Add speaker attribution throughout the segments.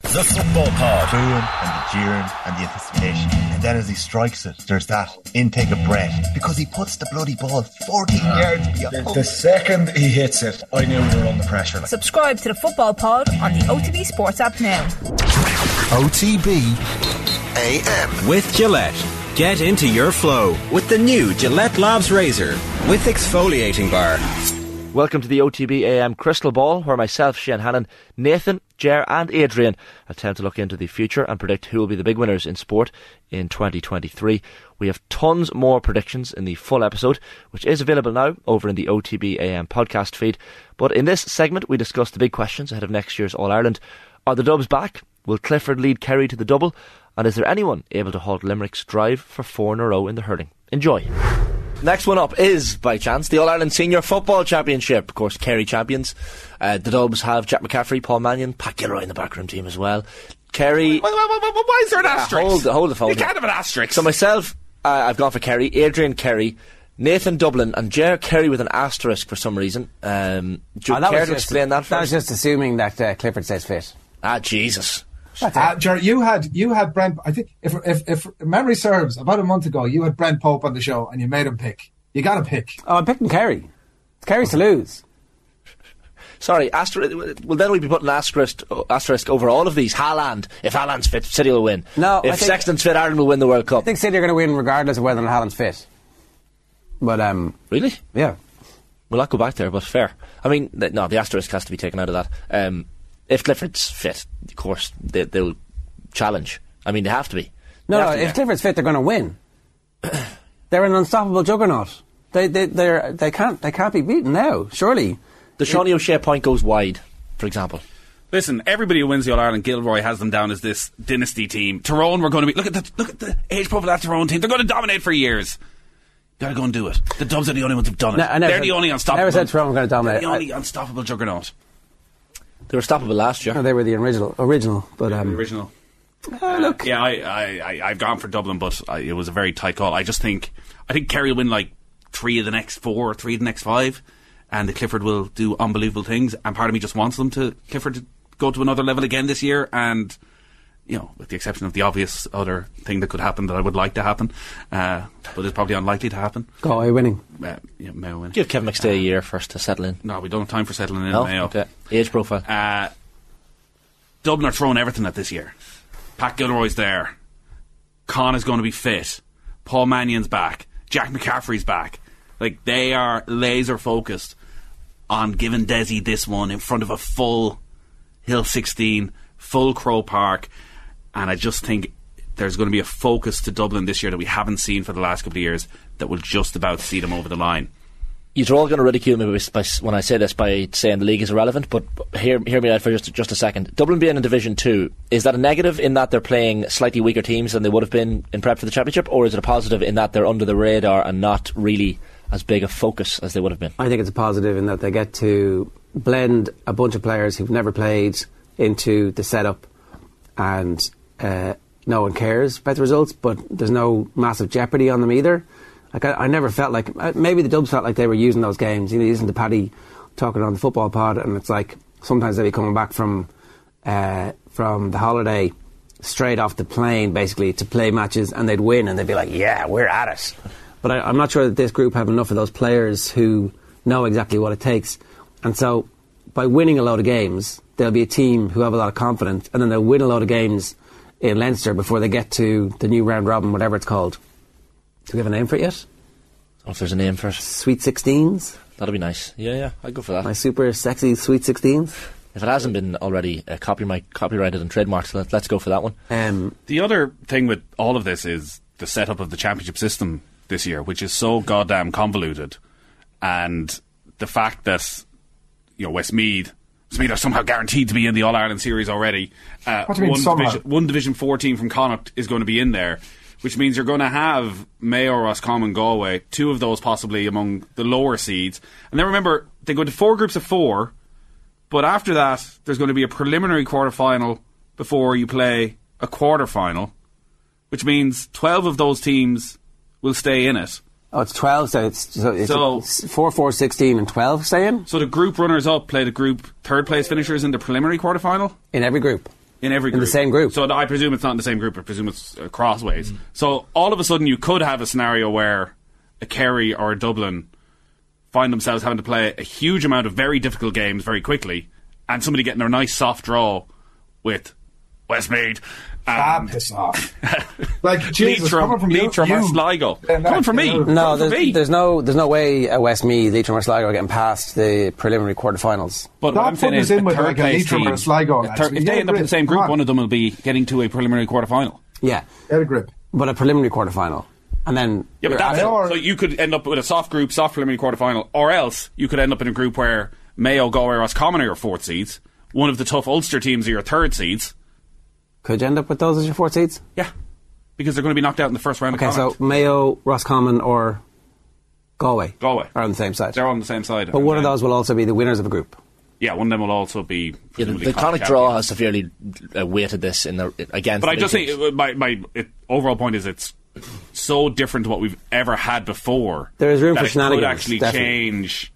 Speaker 1: The football pod.
Speaker 2: booing and the jeering and the anticipation. And then as he strikes it, there's that intake of breath because he puts the bloody ball 14 yards beyond.
Speaker 3: The second he hits it, I knew we were under pressure. Like,
Speaker 4: Subscribe to the Football Pod on the OTB Sports app now.
Speaker 5: OTB AM.
Speaker 6: With Gillette. Get into your flow with the new Gillette Labs Razor with exfoliating bar.
Speaker 7: Welcome to the OTB AM Crystal Ball, where myself, Shane Hannon, Nathan, Jer, and Adrian attempt to look into the future and predict who will be the big winners in sport in 2023. We have tons more predictions in the full episode, which is available now over in the OTB AM podcast feed. But in this segment, we discuss the big questions ahead of next year's All Ireland. Are the Dubs back? Will Clifford lead Kerry to the double? And is there anyone able to halt Limerick's drive for four in a row in the hurling? Enjoy. Next one up is, by chance, the All Ireland Senior Football Championship. Of course, Kerry champions. Uh, the Dubs have Jack McCaffrey, Paul Mannion, Pat Gilroy in the backroom team as well. Kerry. Ah,
Speaker 8: Why, why, why, why- why is there an asterisk?
Speaker 7: hold the- hold the phone
Speaker 8: You
Speaker 7: here.
Speaker 8: can't have an asterisk.
Speaker 7: So myself, uh, I've gone for Kerry, Adrian Kerry, Nathan Dublin, and Jer Kerry with an asterisk for some reason. Um, do you
Speaker 8: Ah,
Speaker 9: Oh, that
Speaker 7: care
Speaker 9: was
Speaker 7: to
Speaker 9: just-
Speaker 7: explain that
Speaker 9: That was
Speaker 7: first?
Speaker 9: just assuming that uh, Clifford says fit.
Speaker 7: ah, Jesus.
Speaker 10: Uh, Ger, you had you had Brent. I think if, if if memory serves, about a month ago, you had Brent Pope on the show, and you made him pick. You got to pick.
Speaker 9: Oh, I'm picking Kerry. It's Kerry's to lose.
Speaker 7: Sorry, asterisk. Well, then we'd be putting asterisk, asterisk over all of these. Haaland. If Haaland's fit, City will win.
Speaker 9: No, I
Speaker 7: If
Speaker 9: think-
Speaker 7: Sexton's fit, Ireland will win the World Cup.
Speaker 9: I think City are going to win regardless of whether or not Haaland's fit. But um,
Speaker 7: really?
Speaker 9: yeah,
Speaker 7: We'll not go back there, but fair. I mean, th- no, the asterisk has to be taken out of that. Um, if Clifford's fit, of course, they, they'll challenge. I mean, they have to be.
Speaker 9: no,
Speaker 7: They
Speaker 9: no.
Speaker 7: have to be
Speaker 9: If
Speaker 7: there.
Speaker 9: Clifford's fit, they're going to win. they're an unstoppable juggernaut. They they they're, they can't they can't be beaten now. Surely.
Speaker 7: the Shawnee O'Shea point goes wide, for example.
Speaker 8: Listen, everybody who wins the All Ireland, Gilroy has them down as this dynasty team. Tyrone, we're going to be look at the look at the age profile of that Tyrone team. They're going to dominate for years. Gotta go and do it. The Dubs are the only ones who've done it.
Speaker 9: No, I never
Speaker 8: They're
Speaker 9: said-
Speaker 8: the only
Speaker 9: I never
Speaker 8: unstoppable.
Speaker 9: said Tyrone were gonna dominate.
Speaker 8: They're the only unstoppable juggernaut.
Speaker 7: They were stoppable last year.
Speaker 9: No, they were the original original. But
Speaker 8: the
Speaker 9: um,
Speaker 8: original. Uh,
Speaker 9: oh, look,
Speaker 8: Yeah, I, I, I, I've gone for Dublin, but I, it was a very tight call. I just think, I think Kerry will win like three of the next four, or three of the next five, and the Clifford will do unbelievable things. And part of me just wants them to Clifford to go to another level again this year, and you know, with the exception of the obvious other thing that could happen that I would like to happen, uh, but it's probably unlikely to happen.
Speaker 9: Galway winning.
Speaker 8: Uh, yeah, Mayo win.
Speaker 7: Give Kevin McStay a year first to settle in.
Speaker 8: No, we don't have time for settling in
Speaker 7: No?
Speaker 8: Mayo.
Speaker 7: Okay. Age profile.
Speaker 8: Uh, Dublin are throwing everything at this year. Pat Gilroy's there. Con is going to be fit. Paul Mannion's back. Jack McCaffrey's back. Like they are laser focused on giving Desi this one in front of a full Hill 16, full Crow Park, and I just think there's going to be a focus to Dublin this year that we haven't seen for the last couple of years that will just about see them over the line.
Speaker 7: You're all going to ridicule me by, by, when I say this by saying the league is irrelevant, but hear, hear me out for just, just a second. Dublin being in Division 2, is that a negative in that they're playing slightly weaker teams than they would have been in prep for the Championship, or is it a positive in that they're under the radar and not really as big a focus as they would have been?
Speaker 9: I think it's a positive in that they get to blend a bunch of players who've never played into the setup, and uh, no one cares about the results. But there's no massive jeopardy on them either. Like I, I never felt like uh, maybe the Dubs felt like they were using those games. You know, using the Paddy talking on the football pod, and it's like sometimes they'd be coming back from uh, from the holiday straight off the plane basically to play matches and they'd win and they'd be like, yeah, we're at it. But I, I'm not sure that this group have enough of those players who know exactly what it takes. And so by winning a load of games, there'll be a team who have a lot of confidence and then they'll win a load of games in Leinster before they get to the new round robin, whatever it's called. Do we have a name for it
Speaker 7: I
Speaker 9: yet?
Speaker 7: don't know if there's a name for it.
Speaker 9: Sweet 16s?
Speaker 7: That'd be nice. Yeah, yeah, I'd go for that.
Speaker 9: My super sexy Sweet 16s?
Speaker 7: If it hasn't been already uh, copyright, copyrighted and trademarked, let, let's go for that one.
Speaker 9: Um,
Speaker 8: The other thing with all of this is the setup of the championship system this year, which is so goddamn convoluted, and the fact that you know Westmead, Westmead are somehow guaranteed to be in the All Ireland series already. Uh,
Speaker 10: What do you mean
Speaker 8: one,
Speaker 10: somehow?
Speaker 8: division, one division four team from Connacht is going to be in there, which means you're going to have Mayo, Roscommon, Galway, two of those possibly among the lower seeds, and then remember they go into four groups of four. But after that, there's going to be a preliminary quarterfinal before you play a quarterfinal, which means 12 of those teams will stay in it.
Speaker 9: oh, it's 12, so it's, so it's
Speaker 8: So-
Speaker 9: 4, 4, 16 and 12, saying?
Speaker 8: So the group runners up play the group third place finishers in the preliminary quarterfinal.
Speaker 9: In every group.
Speaker 8: in every
Speaker 9: In
Speaker 8: group.
Speaker 9: the same group. Mm-hmm.
Speaker 8: So I presume it's not in the same group. I presume it's uh, crossways. So all of a sudden, you could have a scenario where a Kerry or a Dublin find themselves having to play a huge amount of very difficult games very quickly, and somebody getting their nice soft draw with Westmead.
Speaker 10: Fab
Speaker 8: and
Speaker 10: this Ah, off. Like Jesus,
Speaker 8: Leitrim,
Speaker 10: coming from you,
Speaker 8: Leitrim or
Speaker 10: you-
Speaker 8: Sligo.
Speaker 10: Yeah, no,
Speaker 8: Coming from me.
Speaker 10: you know,
Speaker 9: No,
Speaker 8: Coming from me.
Speaker 9: there's, there's no there's no way uh, Westmeath, Leitrim or Sligo are getting past the preliminary quarterfinals.
Speaker 8: But
Speaker 10: That
Speaker 8: what I'm saying
Speaker 10: put us
Speaker 8: is,
Speaker 10: in
Speaker 8: a
Speaker 10: with,
Speaker 8: third
Speaker 10: like, a
Speaker 8: place
Speaker 10: Leitrim or a
Speaker 8: team- a
Speaker 10: Sligo, lads.
Speaker 8: third-
Speaker 10: We
Speaker 8: if
Speaker 10: get
Speaker 8: they
Speaker 10: a
Speaker 8: end up in the
Speaker 10: grip.
Speaker 8: same
Speaker 10: Come
Speaker 8: group,
Speaker 10: on.
Speaker 8: one of them will be getting to a preliminary quarterfinal.
Speaker 9: Yeah,
Speaker 10: Get a grip.
Speaker 9: but a preliminary quarterfinal, and then
Speaker 8: Yeah, but
Speaker 9: you're
Speaker 8: that's
Speaker 9: out.
Speaker 10: or-
Speaker 8: so you could end up with a soft group, soft preliminary quarterfinal, or else you could end up in a group where Mayo, Galway, Roscommon are your fourth seeds. One of the tough Ulster teams are your third seeds.
Speaker 9: could you end up with those as your four seeds?
Speaker 8: Yeah, because they're going to be knocked out in the first round.
Speaker 9: Okay,
Speaker 8: of
Speaker 9: so
Speaker 8: Connacht.
Speaker 9: Mayo, Roscommon, or Galway,
Speaker 8: Galway.
Speaker 9: are on the same side.
Speaker 8: they're on the same side.
Speaker 9: But one of
Speaker 8: And then-
Speaker 9: those will also be the winners of a group.
Speaker 8: yeah, one of them will also be
Speaker 1: Yeah, the,
Speaker 8: presumably
Speaker 1: the Connacht
Speaker 8: Connacht
Speaker 1: draw
Speaker 8: champions.
Speaker 1: has severely uh, weighted this in the against.
Speaker 8: But
Speaker 1: the
Speaker 8: I
Speaker 1: big
Speaker 8: just think
Speaker 1: teams.
Speaker 8: uh, my my it, overall point is it's so different to what we've ever had before.
Speaker 9: There is room
Speaker 8: that
Speaker 9: for
Speaker 8: it
Speaker 9: shenanigans,
Speaker 8: Could actually
Speaker 9: definitely.
Speaker 8: change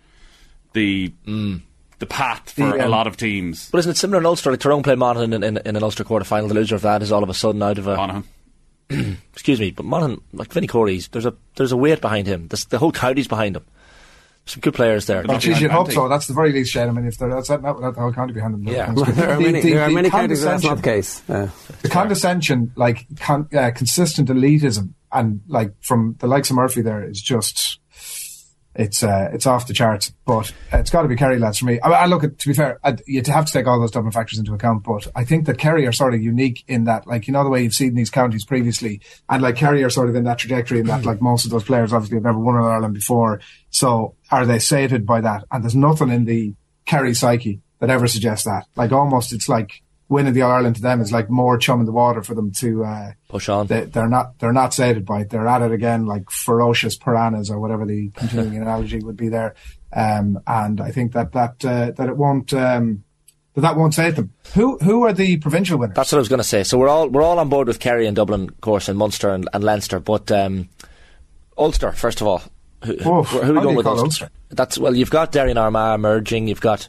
Speaker 8: the
Speaker 1: Mm.
Speaker 8: the path for
Speaker 10: The,
Speaker 8: a
Speaker 10: um,
Speaker 8: lot of teams.
Speaker 1: But isn't it similar in Ulster? Like Tyrone play Monaghan in, in, in an Ulster quarter final. The loser of that is all of a sudden out of a.
Speaker 8: Monaghan.
Speaker 1: Excuse me, but Monaghan, like Vinnie Corey's, there's a there's a weight behind him. This, the whole county's behind him. Some good players there.
Speaker 8: But-
Speaker 10: Jeez, you'd hope
Speaker 8: Andy.
Speaker 10: so. That's the very least shame. I mean, if they're, that's not without the whole county behind them.
Speaker 1: Yeah.
Speaker 9: there are
Speaker 10: The-
Speaker 9: many,
Speaker 10: the-
Speaker 9: there are
Speaker 10: the
Speaker 9: many counties where that's not the
Speaker 10: condescension-
Speaker 9: case. Yeah.
Speaker 10: the condescension, like con- uh, consistent elitism, and like from the likes of Murphy, there is just it's uh, it's off the charts. But it's got to be Kerry lads for me. I, I look at to be fair, i you have to take all those Dublin factors into account. But I think that Kerry are sort of unique in that, like you know, the way you've seen these counties previously, and like Kerry are sort of in that trajectory in that, like most of those players obviously have never won in Ireland before. So are they sated by that? And there's nothing in the Kerry psyche that ever suggests that. Like almost, it's like winning the Ireland to them is like more chum in the water for them to uh,
Speaker 1: Push on.
Speaker 10: They, they're not they're not sated by it. They're at it again like ferocious piranhas or whatever the continuing analogy would be there. Um, and I think that that uh, that it won't um, that that won't sate them. Who who are the provincial winners?
Speaker 1: That's what I was going to say. So we're all we're all on board with Kerry and Dublin, of course, and Munster and, and Leinster. But um, Ulster, first of all, who, who,
Speaker 10: Oof,
Speaker 1: who are
Speaker 10: how
Speaker 1: we
Speaker 10: do
Speaker 1: going
Speaker 10: you
Speaker 1: with
Speaker 10: call
Speaker 1: Ulster?
Speaker 10: Ulster?
Speaker 1: That's well, you've got Derry and Armagh merging. You've got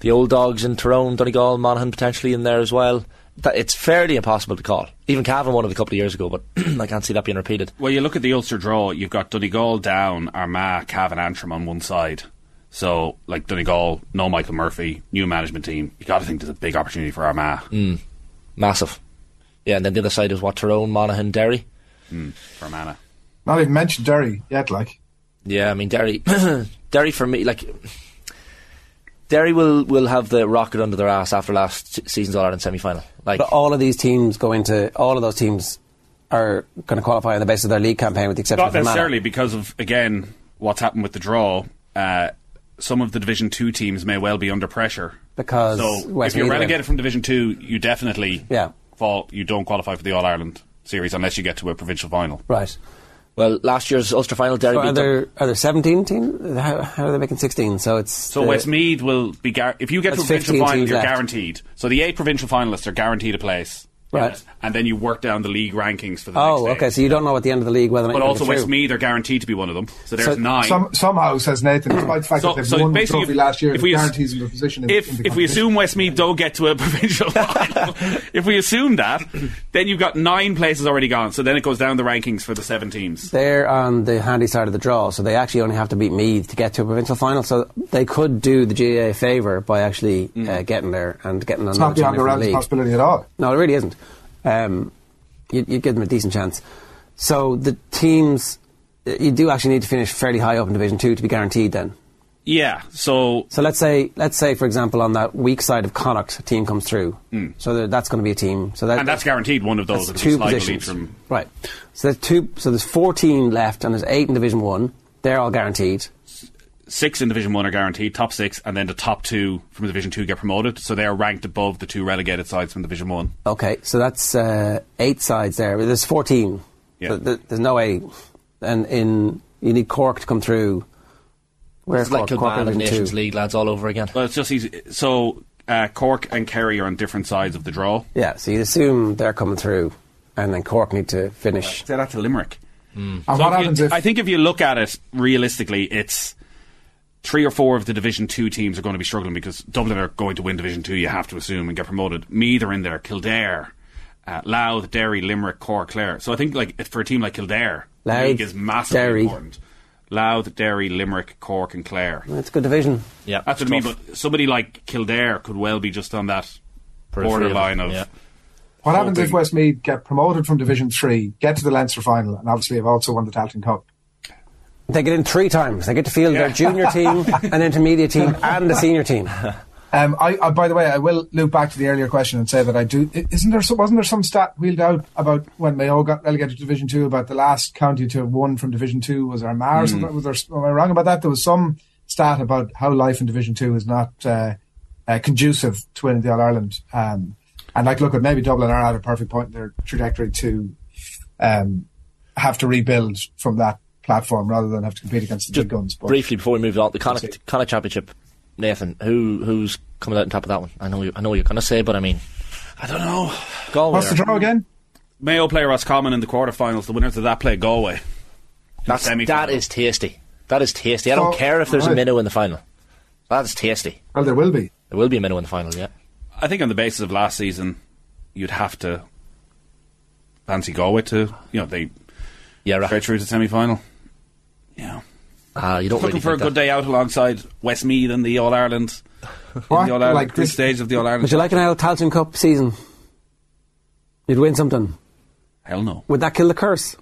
Speaker 1: the old dogs in Tyrone, Donegal, Monaghan potentially in there as well. That, it's fairly impossible to call. Even Cavan won it a couple of years ago, but I can't see that being repeated.
Speaker 8: Well, you look at the Ulster draw, you've got Donegal down, Armagh, Cavan, Antrim on one side. So, like Donegal, no Michael Murphy, new management team. you got to think there's a big opportunity for Armagh.
Speaker 1: Massive. Yeah, and then the other side is what Tyrone, Monaghan, Derry.
Speaker 8: For Armagh.
Speaker 10: Not even mentioned Derry yet. Like
Speaker 1: Yeah, I mean Derry. Derry for me, like Derry will will have the rocket under their ass after last se- season's All Ireland semi final. Like
Speaker 9: But uh, all of these teams go into all of those teams are going to qualify on the basis of their league campaign, with the exception
Speaker 8: Not
Speaker 9: of Fermanagh.
Speaker 8: necessarily because of, again, what's happened with the draw. Uh, some of the Division 2 teams may well be under pressure.
Speaker 9: because
Speaker 8: So,
Speaker 9: West
Speaker 8: if you're
Speaker 9: Meath-
Speaker 8: relegated from Division 2, you definitely
Speaker 9: Yeah.
Speaker 8: fall. You don't qualify for the All Ireland series unless you get to a provincial final.
Speaker 9: right.
Speaker 1: well, last year's Ulster final, Derry
Speaker 9: So
Speaker 1: beat
Speaker 9: are
Speaker 1: them.
Speaker 9: there are there seventeen teams? How, how are they making sixteen? So it's
Speaker 8: So Westmead will be gar- if you get to a
Speaker 9: That's
Speaker 8: provincial
Speaker 9: 15
Speaker 8: final,
Speaker 9: teams
Speaker 8: you're
Speaker 9: left.
Speaker 8: guaranteed. So the eight provincial finalists are guaranteed a place,
Speaker 9: Right.
Speaker 8: Yes. And then you work down the league rankings for the
Speaker 9: Oh,
Speaker 8: next.
Speaker 9: okay.
Speaker 8: eight.
Speaker 9: So you don't know at the end of the league whether. or
Speaker 8: but
Speaker 9: not
Speaker 8: also
Speaker 9: you're through.
Speaker 8: Westmead are guaranteed to be one of them. So there's
Speaker 9: So
Speaker 8: nine.
Speaker 10: some, somehow says Nathan, despite the fact
Speaker 8: so,
Speaker 10: that they've
Speaker 8: so
Speaker 10: won the
Speaker 8: basically,
Speaker 10: trophy last year,
Speaker 8: if
Speaker 10: it
Speaker 8: we, ass-
Speaker 10: guarantees them a position. In, in
Speaker 8: if
Speaker 10: the
Speaker 8: if we
Speaker 10: competition.
Speaker 8: assume Westmead don't get to a provincial final, if we assume that, then you've got nine places already gone. So then it goes down the rankings for the seven teams.
Speaker 9: They're on the handy side of the draw, so they actually only have to beat Meath to get to a provincial final. So they could do the GAA a favour by actually uh, getting there and getting on
Speaker 10: it's not beyond the
Speaker 9: the
Speaker 10: realms of
Speaker 9: league.
Speaker 10: possibility at all.
Speaker 9: No, it really isn't. Um, you, you give them a decent chance. So the teams, uh, you do actually need to finish fairly high up in Division Two to be guaranteed. Then,
Speaker 8: Yeah. So
Speaker 9: so let's say, let's say for example, on that weak side of Connacht, a team comes through. So there- that's going to be a team. So that,
Speaker 8: and that's guaranteed one of those.
Speaker 9: that's
Speaker 8: that
Speaker 9: two
Speaker 8: Sligo,
Speaker 9: positions,
Speaker 8: Leitrim.
Speaker 9: right? So there's two. So there's 14 left, and there's eight in Division One. They're all guaranteed.
Speaker 8: six in Division One are guaranteed, top six, and then the top two from Division Two get promoted. So they are ranked above the two relegated sides from Division One.
Speaker 9: Okay, so that's uh, eight sides there. But There's 14.
Speaker 8: Yeah.
Speaker 9: So th- there's no way. And in you need Cork to come through. Where
Speaker 1: it's like
Speaker 9: Cork, Cork are
Speaker 1: Kilmarnock and
Speaker 9: Division
Speaker 1: Nations
Speaker 9: two.
Speaker 1: League lads all over again.
Speaker 8: Well, it's just easy. So uh, Cork and Kerry are on different sides of the draw.
Speaker 9: Yeah, so you assume they're coming through, and then Cork need to finish.
Speaker 8: Say that to Limerick.
Speaker 10: And
Speaker 8: Mm. So
Speaker 10: what
Speaker 8: if you-
Speaker 10: happens if
Speaker 8: I think if you look at it realistically, it's three or four of the Division Two teams are going to be struggling because Dublin are going to win Division Two. You have to assume and get promoted. Meath are in there. Kildare, uh, Louth, Derry, Limerick, Cork, Clare. So I think like for a team like Kildare,
Speaker 9: Louth,
Speaker 8: the league is massively
Speaker 9: Derry.
Speaker 8: important. Louth, Derry, Limerick, Cork, and Clare.
Speaker 9: That's a good division.
Speaker 7: Yeah,
Speaker 8: That's what I mean. But somebody like Kildare could well be just on that
Speaker 7: Periphery of it,
Speaker 8: borderline of.
Speaker 7: yeah.
Speaker 10: What happens if
Speaker 8: hoping-
Speaker 10: Westmead get promoted from Division Three, get to the Leinster final, and obviously have also won the Dalton Cup?
Speaker 9: They get in three times. They get to field their junior team, an intermediate team, and a senior team.
Speaker 10: Um, I, I, by the way, I will loop back to the earlier question and say that I do. i- Isn't there? Some, wasn't there some stat wheeled out about when Mayo got relegated to Division Two about the last county to have won from Division Two was Armagh? Or
Speaker 8: Hmm.
Speaker 10: something? Was there? Am I wrong about that? There was some stat about how life in Division Two is not uh, uh, conducive to winning the All Ireland. Um, and like, look, maybe Dublin are at a perfect point in their trajectory to um, have to rebuild from that platform rather than have to compete against the big guns. But
Speaker 7: Briefly before we move on, the Connacht, Connacht Championship, Nathan, who who's coming out on top of that one? I know you, I know what you're going to say, but I mean,
Speaker 8: I don't know.
Speaker 7: Galway.
Speaker 10: what's the
Speaker 7: are-
Speaker 10: draw again?
Speaker 8: Mayo play Roscommon in the quarterfinals. The winners of that play Galway. In the
Speaker 7: That's, that
Speaker 8: semi-final.
Speaker 7: is tasty. That is tasty. I don't
Speaker 10: Oh,
Speaker 7: care if there's a
Speaker 10: right.
Speaker 7: minnow in the final. That is tasty.
Speaker 10: Well, there will be.
Speaker 7: There will be a minnow in the final, yeah.
Speaker 8: I think on the basis of last season, you'd have to fancy Galway to you know they
Speaker 7: Yeah,
Speaker 8: straight
Speaker 7: right.
Speaker 8: through to semi final. Yeah,
Speaker 7: Ah, you don't
Speaker 8: looking
Speaker 7: really
Speaker 8: for a
Speaker 7: think
Speaker 8: good
Speaker 7: that.
Speaker 8: day out alongside Westmeath and the All Ireland.
Speaker 10: What?
Speaker 8: The All Ireland
Speaker 10: Like
Speaker 8: group
Speaker 10: this-
Speaker 8: stage of the All
Speaker 9: Would
Speaker 8: Ireland.
Speaker 9: you like an Al Talton Cup season? You'd win something.
Speaker 8: Hell no.
Speaker 9: Would that kill the curse?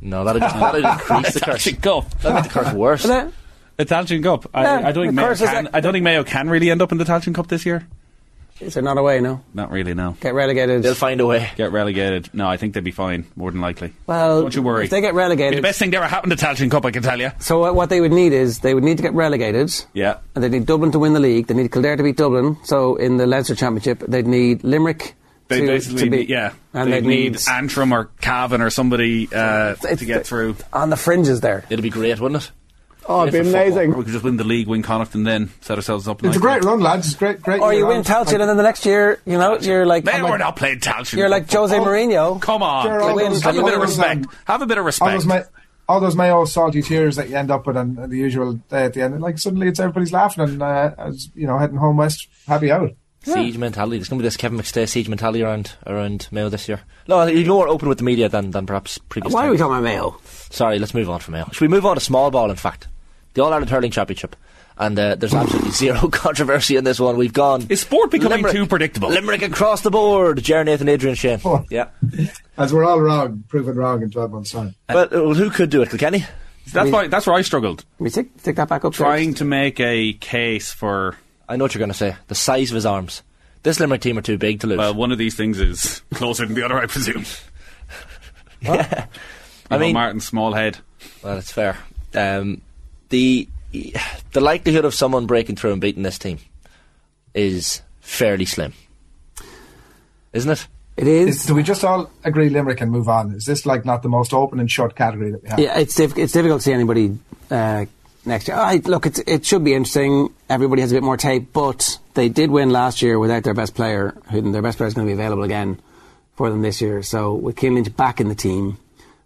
Speaker 7: No, that'd, that'd increase the curse.
Speaker 8: Talton Cup.
Speaker 7: That'd make the curse worse.
Speaker 9: Would that?
Speaker 8: The Talchin Cup. I,
Speaker 9: Yeah,
Speaker 8: I don't
Speaker 9: the
Speaker 8: think Mayo
Speaker 9: curse is
Speaker 8: can.
Speaker 9: act-
Speaker 8: I don't think Mayo can really end up in the Talchin Cup this year.
Speaker 9: Is there not a way, no?
Speaker 8: Not really. No.
Speaker 9: Get relegated.
Speaker 7: They'll find a way.
Speaker 8: Get relegated. No, I think they'd be fine. More than likely.
Speaker 9: well,
Speaker 8: don't you worry.
Speaker 9: If they get
Speaker 8: It'd be the
Speaker 9: relegated.
Speaker 8: best thing that ever happened to Talchin Cup. I can tell you.
Speaker 9: So what- what they would need is they would need to get relegated.
Speaker 8: Yeah.
Speaker 9: And they need Dublin to win the league. They need Kildare to beat Dublin. So in the Leinster Championship, they'd need Limerick
Speaker 8: They
Speaker 9: to,
Speaker 8: basically
Speaker 9: to beat.
Speaker 8: need, yeah.
Speaker 9: and
Speaker 8: they
Speaker 9: they'd need,
Speaker 8: need Antrim or Cavan or somebody uh, to get through.
Speaker 9: on the fringes there.
Speaker 7: It'd be great, wouldn't it?
Speaker 11: Oh, it'd be
Speaker 7: Yeah, for football.
Speaker 11: amazing.
Speaker 8: Or we could just win the league, win Connacht, and then set ourselves up.
Speaker 10: It's a
Speaker 8: nicely.
Speaker 10: great run, lads. It's great, great.
Speaker 9: Or
Speaker 10: year
Speaker 9: Oh, you win
Speaker 10: round.
Speaker 9: Talchin,
Speaker 10: Like-
Speaker 9: and then the next year, you know, you're like
Speaker 8: Man,
Speaker 9: I'm
Speaker 8: we're
Speaker 9: like-
Speaker 8: not playing Talchin.
Speaker 9: you're like Jose Mourinho.
Speaker 8: Come on,
Speaker 10: Sure, all
Speaker 9: those-
Speaker 8: have a bit
Speaker 9: all
Speaker 8: of
Speaker 9: those,
Speaker 8: respect.
Speaker 10: um,
Speaker 8: Have a bit of
Speaker 10: all
Speaker 8: respect.
Speaker 10: those my all those mayo salty tears that you end up with on on the usual day at the end. And, like suddenly it's everybody's laughing and uh, as, you know heading home west, happy out.
Speaker 7: Siege mentality. There's going to be this Kevin McStay siege mentality around around Mayo this year. No, I think you're more open with the media than, than perhaps previous
Speaker 9: Why are
Speaker 7: times.
Speaker 9: we talking about Mayo?
Speaker 7: Sorry, let's move on from Mayo. Should we move on to small ball, in fact? The All Ireland Hurling Championship. And uh, there's absolutely zero controversy in this one. We've gone.
Speaker 8: Is sport becoming too predictable?
Speaker 7: Limerick across the board. Jer Nathan, Adrian Shane.
Speaker 10: Oh.
Speaker 7: Yeah.
Speaker 10: As we're all wrong, proven wrong in twelve months' time.
Speaker 7: But uh, well, who could do it? Kilkenny?
Speaker 8: that's why. That's where I struggled
Speaker 9: Can we take, take that back up?
Speaker 8: trying to make a case for.
Speaker 7: I know what you're going to say. The size of his arms. This Limerick team are too big to lose.
Speaker 8: Well, one of these things is closer than the other, I presume.
Speaker 7: I mean,
Speaker 8: Martin Smallhead.
Speaker 7: Well, that's fair. Um, the the likelihood of someone breaking through and beating this team is fairly slim, isn't it?
Speaker 9: It is.
Speaker 10: Is, do we just all agree Limerick and move on? Is this like not the most open and short category that we have?
Speaker 9: Yeah, it's diff- it's difficult to see anybody uh, next year. I, look, it's, it should be interesting. Everybody has a bit more tape, but they did win last year without their best player, and their best player is going to be available again for them this year. So with Keane Lynch back in the team,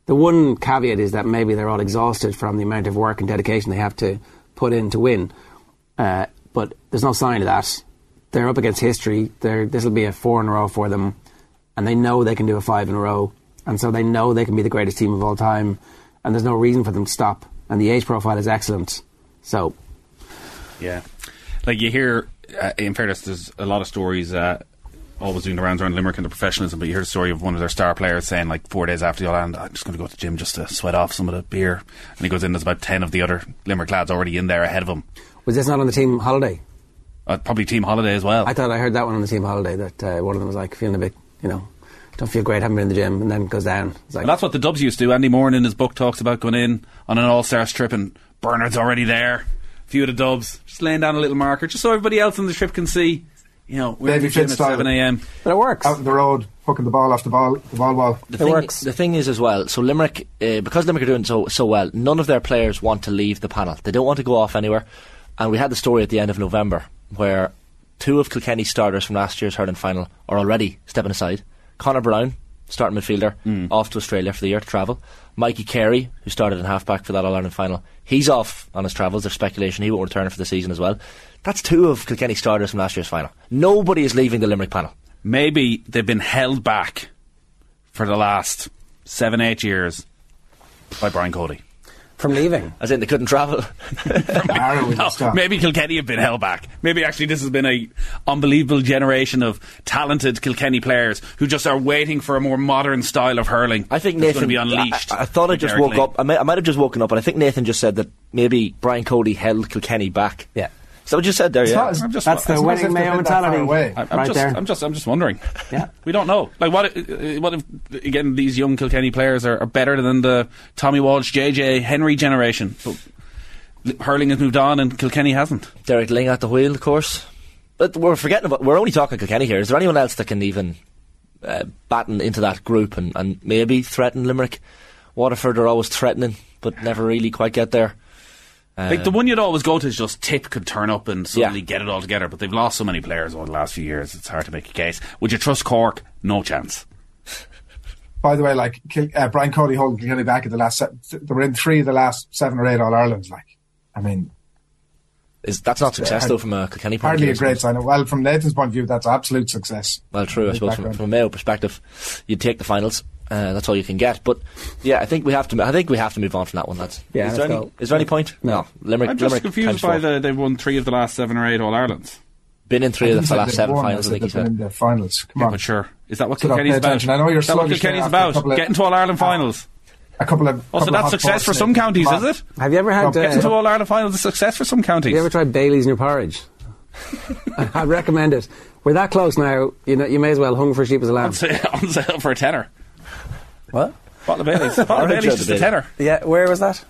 Speaker 9: the one caveat is that maybe they're all exhausted from the amount of work and dedication they have to put in to win. Uh, but there's no sign of that. They're up against history. They're, this will be a four in a row for them, and they know they can do a five in a row, and so they know they can be the greatest team of all time, and there's no reason for them to stop. And the age profile is excellent, so
Speaker 8: Yeah. Like you hear, uh, in fairness, there's a lot of stories uh, always doing the rounds around Limerick and the professionalism, but you hear the story of one of their star players saying, like, four days after the All Ireland, I'm just going to go to the gym just to sweat off some of the beer. And he goes in, there's about 10 of the other Limerick lads already in there ahead of him.
Speaker 9: was this not on the team holiday?
Speaker 8: Uh, probably team holiday as well.
Speaker 9: I thought I heard that one on the team holiday that uh, one of them was like feeling a bit, you know, don't feel great, haven't been in the gym, and then goes down. It's like
Speaker 8: and that's what the Dubs used to do. Andy Moran in his book talks about going in on an All Stars trip and Bernard's already there. A few of the Dubs just laying down a little marker just so everybody else on the trip can see. You know, we're in
Speaker 10: Davy
Speaker 8: the gym at
Speaker 10: Fitz style.
Speaker 8: 7 a.m.
Speaker 9: but it works.
Speaker 10: Out in the road, hooking the ball off the ball, the ball wall.
Speaker 7: The
Speaker 9: It
Speaker 7: thing,
Speaker 9: works.
Speaker 7: The thing is as well. So Limerick, uh, because Limerick are doing so so well, none of their players want to leave the panel. They don't want to go off anywhere. And we had the story at the end of November where two of Kilkenny's starters from last year's hurling final are already stepping aside. Connor Brown starting midfielder, off to Australia for the year to travel. Mikey Carey, who started in halfback for that All Ireland final, he's off on his travels. There's speculation he won't return for the season as well. That's two of Kilkenny starters from last year's final. Nobody is leaving the Limerick panel.
Speaker 8: Maybe they've been held back for the last seven, eight years by Brian Cody.
Speaker 9: From leaving.
Speaker 7: As in, they couldn't travel.
Speaker 10: Barrow with the
Speaker 8: No,
Speaker 10: stop.
Speaker 8: Oh, maybe Kilkenny have been held back. Maybe actually this has been a unbelievable generation of talented Kilkenny players who just are waiting for a more modern style of hurling.
Speaker 7: I think
Speaker 8: that's
Speaker 7: Nathan.
Speaker 8: going to be unleashed.
Speaker 7: I, I- I thought I just woke
Speaker 8: generically.
Speaker 7: up. I might, I might have just woken up, but I think Nathan just said that maybe Brian Cody held Kilkenny back.
Speaker 9: Yeah.
Speaker 7: So what you said there, yeah.
Speaker 10: not as-
Speaker 8: I'm just,
Speaker 9: That's the
Speaker 10: It's not as
Speaker 9: winning
Speaker 10: if they've
Speaker 9: Mayo
Speaker 10: been that far
Speaker 9: mentality.
Speaker 10: away.
Speaker 8: I'm, I'm
Speaker 9: right
Speaker 8: just,
Speaker 9: there.
Speaker 8: I'm just, I'm just wondering.
Speaker 9: Yeah.
Speaker 8: we don't know. Like, what? i- uh, What if again these young Kilkenny players are, are better than the Tommy Walsh, JJ Henry generation? But l- hurling has moved on, and Kilkenny hasn't.
Speaker 7: Derek Ling at the wheel, of course. But we're forgetting about. We're only talking Kilkenny here. Is there anyone else that can even uh, batten into that group and, and maybe threaten Limerick? Waterford are always threatening, but never really quite get there.
Speaker 8: like the one you'd always go to is just Tip could turn up and suddenly
Speaker 7: Uh, Yeah.
Speaker 8: get it all together. But they've lost so many players over the last few years; it's hard to make a case. Would you trust Cork? No chance.
Speaker 10: By the way, like Kil- uh, Brian Cody holding Kilkenny back at the last. Se- th- they were in three of the last seven or eight All Irelands. Like, I mean,
Speaker 7: Is that's not success
Speaker 10: hard-
Speaker 7: though from a Kilkenny point of
Speaker 10: hardly
Speaker 7: view,
Speaker 10: a
Speaker 7: I
Speaker 10: great
Speaker 7: suppose.
Speaker 10: sign. Well, from Nathan's point of view, that's absolute success.
Speaker 7: Well, true. I
Speaker 10: His
Speaker 7: suppose from,
Speaker 10: background.
Speaker 7: from a Mayo perspective, you take the finals. Uh, that's all you can get. But yeah, I think we have to. I think we have to move on from that one. That's
Speaker 9: Yeah,
Speaker 7: Is
Speaker 9: let's
Speaker 7: there, any,
Speaker 9: go.
Speaker 7: is there any point?
Speaker 9: No.
Speaker 7: Limerick.
Speaker 8: I'm just
Speaker 7: Limerick times
Speaker 8: confused by
Speaker 7: four.
Speaker 8: the they've won three of the last seven or eight All Irelands.
Speaker 7: Been in three
Speaker 10: I
Speaker 7: of
Speaker 10: didn't
Speaker 7: the
Speaker 10: say
Speaker 7: last
Speaker 10: they've
Speaker 7: seven
Speaker 10: won, I
Speaker 7: finals. I
Speaker 10: said
Speaker 7: think he
Speaker 10: they've been
Speaker 7: said.
Speaker 10: in the finals. Come
Speaker 8: Yeah,
Speaker 10: on,
Speaker 8: but sure, is that what
Speaker 10: So don't
Speaker 8: Kilkenny's
Speaker 10: pay
Speaker 8: about?
Speaker 10: attention. I know you're
Speaker 8: is that what
Speaker 10: sluggish there
Speaker 8: Kilkenny's
Speaker 10: after a
Speaker 8: about?
Speaker 10: couple of-
Speaker 8: Getting to All Ireland finals.
Speaker 10: a couple of.
Speaker 8: Also,
Speaker 10: couple of
Speaker 8: that's
Speaker 10: hot
Speaker 8: success
Speaker 10: pots
Speaker 8: for
Speaker 10: there.
Speaker 8: some counties,
Speaker 10: Come
Speaker 8: is
Speaker 10: on.
Speaker 8: it?
Speaker 9: Have you ever had?
Speaker 10: Well,
Speaker 9: uh,
Speaker 8: Getting to All Ireland finals is success for some counties.
Speaker 9: Have you ever tried Bailey's new porridge? I'd recommend it. We're that close now. You know, you may as well hung for sheep as a lamb.
Speaker 8: on sale, on sale for a tenner.
Speaker 9: What?
Speaker 8: Bottle of Bailey's. Bottle of
Speaker 7: Orange
Speaker 8: Bailey's
Speaker 7: out
Speaker 8: just
Speaker 7: of
Speaker 8: a tenner.
Speaker 9: Yeah, where was that?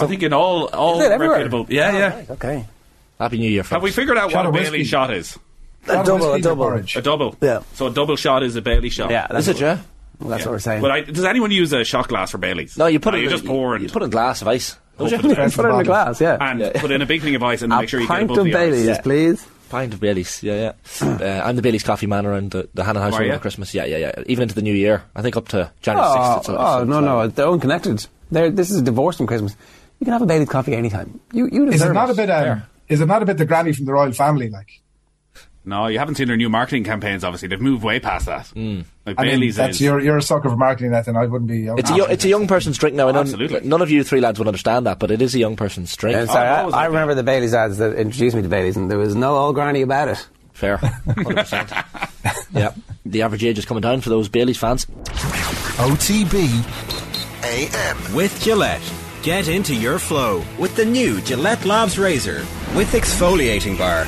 Speaker 8: I think in all all
Speaker 9: Is it everywhere?
Speaker 8: reputable. Yeah, yeah.
Speaker 9: Okay.
Speaker 7: Happy New Year,
Speaker 8: Have we
Speaker 7: folks.
Speaker 8: figured out
Speaker 10: Shot
Speaker 8: what a
Speaker 10: of
Speaker 8: Bailey
Speaker 10: whiskey.
Speaker 8: shot is?
Speaker 9: A
Speaker 10: Not
Speaker 9: double,
Speaker 10: whiskey,
Speaker 9: a double.
Speaker 10: porridge.
Speaker 8: A double.
Speaker 9: Yeah.
Speaker 8: So a double shot is a Bailey shot.
Speaker 9: Yeah, that's,
Speaker 7: Is it, yeah?
Speaker 9: well, that's what we're saying.
Speaker 8: But I, does anyone use a shot glass for Bailey's?
Speaker 7: No, you put it.
Speaker 8: You
Speaker 7: in,
Speaker 8: Oh, just pour and
Speaker 7: you put in a glass of ice.
Speaker 8: hope for the
Speaker 9: You
Speaker 8: best.
Speaker 9: put it in a glass, yeah.
Speaker 8: and put in a big thing of ice and
Speaker 9: a
Speaker 8: make sure you get
Speaker 9: pint
Speaker 8: above
Speaker 9: of
Speaker 8: the
Speaker 9: Bailey's,
Speaker 8: ice.
Speaker 9: please.
Speaker 7: Pint of Bailey's, yeah, yeah. uh, I'm the Bailey's coffee man around the, the Hannah house
Speaker 8: Are
Speaker 7: over
Speaker 8: ya?
Speaker 7: Christmas. Yeah, yeah, yeah. Even into the new year. I think up to January 6th.
Speaker 9: Oh,
Speaker 7: it's- it's-
Speaker 9: oh
Speaker 7: it's-
Speaker 9: no, no, they're unconnected. They're, this is divorced from Christmas. You can have a Bailey's coffee anytime. You, you deserve
Speaker 10: Is it not a bit? Um, is it not a bit the granny from the royal family? Like,
Speaker 8: No, you haven't seen their new marketing campaigns. Obviously, they've moved way past that. Like
Speaker 10: I mean,
Speaker 8: Bailey's
Speaker 10: that's
Speaker 8: is.
Speaker 10: you're you're a sucker for marketing that, and I wouldn't be.
Speaker 7: It's a, yo- it's a young person's drink now. I know
Speaker 8: Absolutely.
Speaker 7: None of you three lads would understand that, but it is a young person's drink.
Speaker 9: And sorry,
Speaker 8: I've
Speaker 9: I,
Speaker 8: always
Speaker 9: I
Speaker 8: liked
Speaker 9: remember the Bailey's ads that introduced me to Bailey's, and there was no old granny about it.
Speaker 7: Fair. 100%. yeah. The average age is coming down for those Bailey's fans.
Speaker 5: OTB AM.
Speaker 6: With Gillette, get into your flow with the new Gillette Labs Razor with exfoliating bar.